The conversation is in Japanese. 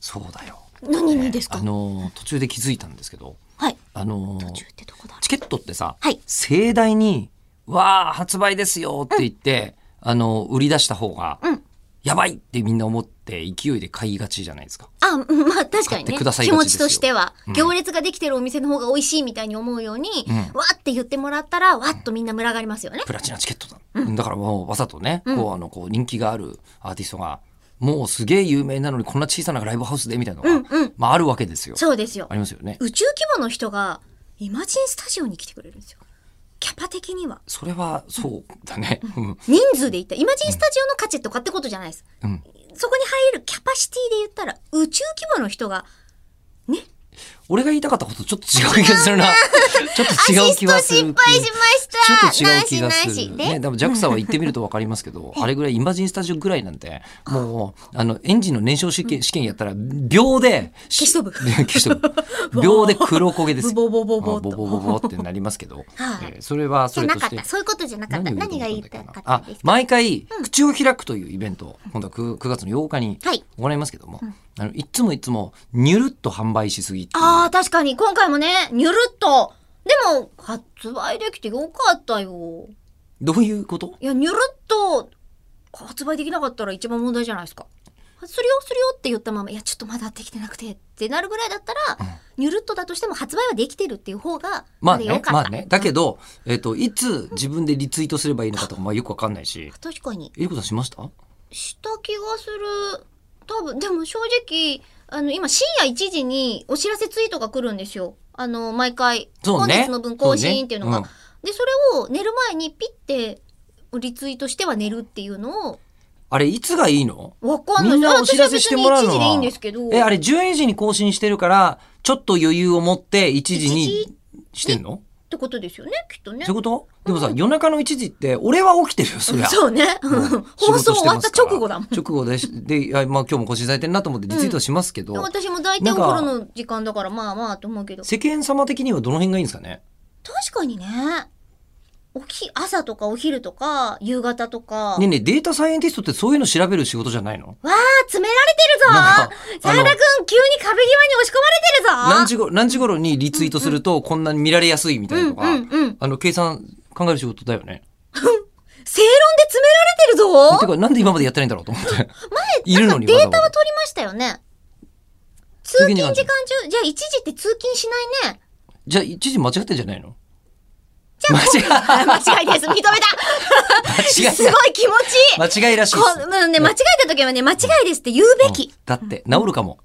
そうだよ。何にですかあの途中で気づいたんですけど、はい。あの途中ってどこだろチケットってさ、はい盛大に「わあ発売ですよ」って言って、あの売り出した方が、うんやばいってみんな思って勢いで買いがちじゃないですか。うあ、うんまあ確か買っにてね。ください気がち持ですちよとしては、うん行列ができてるお店の方が美味しいみたいに思うように、んわーって言ってもらったら、わっとみんな群がりますよね。プラチナチケットだ、だからもうわざとね、こうあのこう人気があるアーティストがもうすげえ有名なのにこんな小さなライブハウスでみたいなのが、うんうんまあ、あるわけですよ。そうですよあ。りますよね。宇宙規模の人が、イマジンスタジオに来てくれるんですよ。キャパ的には。それはそうだね。うん人数で言ったらイマジンスタジオの価値とかってことじゃないです。うんそこに入れるキャパシティで言ったら、宇宙規模の人が、俺が言いたかったこととちょっと違う気がするな。ちょっと違う気がアすシストる失。敗しました。ちょっと違う気がすなしなる。しね、で。でも JAXA は行ってみると分かりますけど、あれぐらいイマジンスタジオぐらいなんて、もう、あの、エンジンの燃焼試験試験やったら、秒で、消し飛ぶ消し飛 ぶ。秒で黒焦げですよ。ボボボボあボっとボボボボってなりますけど、はいえーそれはじそゃれなとかしってた。。そういうことじゃなかった。何が言いたかったあんです、か毎回、口を開くというイベントを、今度は 9, 9月の8日にはい行いますけども、あのいつもいつも、にゅるっと販売しすぎっていうああ、確かに今回もね、にゅるっと。でも、発売できてよかったよ。どういうこといや、にゅるっと発売できなかったら一番問題じゃないですか。するよ、するよって言ったまま、いや、ちょっとまだできてなくてってなるぐらいだったら、にゅるっとだとしても発売はできてるっていう方が、まあだよね、かったまあね。だけど、えっ、と、いつ自分でリツイートすればいいのかとか、まあよくわかんないし。確かに。えりこさんしましたした気がする。多分、でも正直、あの、今深夜1時にお知らせツイートが来るんですよ。あの、毎回。そうね本日の分更新っていうのが。そうねで、それを寝る前にピッてリツイートしては寝るっていうのを、あれ、いつがいいのわかんなみい。んなあお知らせしてもらうの私は別に1時でいいんはですけど。え、あれ、12時に更新してるから、ちょっと余裕を持って1時にしてんのってことですよね、きっとねそうい。うことでもさ、夜中の1時って、俺は起きてるよ、そりゃ。そうね。うん 放 仕事送し終てわまっすたから直後だもん。直後でし、で、いやまあ今日も更新されてるなと思ってリツイートはしますけど、私も大体お風呂の時間だからまあまあと思うけど。世間様的にはどの辺がいいんですかね確かにね。おき朝とかお昼とか夕方とか。ねえねえ、データサイエンティストってそういうの調べる仕事じゃないのわあ、詰めらなんかれてるぞあの沢田くん、急に壁際に押し込ま何れて時るぞ頃、何時頃にリツイートするとこんなに見られやすいみたいなのうんうんうがん、あの、計算考える仕事だよね。正論で詰められてるぞてか、なんで今までやってないんだろうと思って。いるなのんかにデわざーわタはざ。取りましたよね。通通勤勤時時間間中中、じゃあ1時って通勤しな いね。じゃあ、一時間違ってんじゃないのじゃあ、間違いです。認めた間違すごいい気持ちいい間違いらしいこです。う、うんね、間違えた時はね、間違いですって言うべき。だって、治るかも。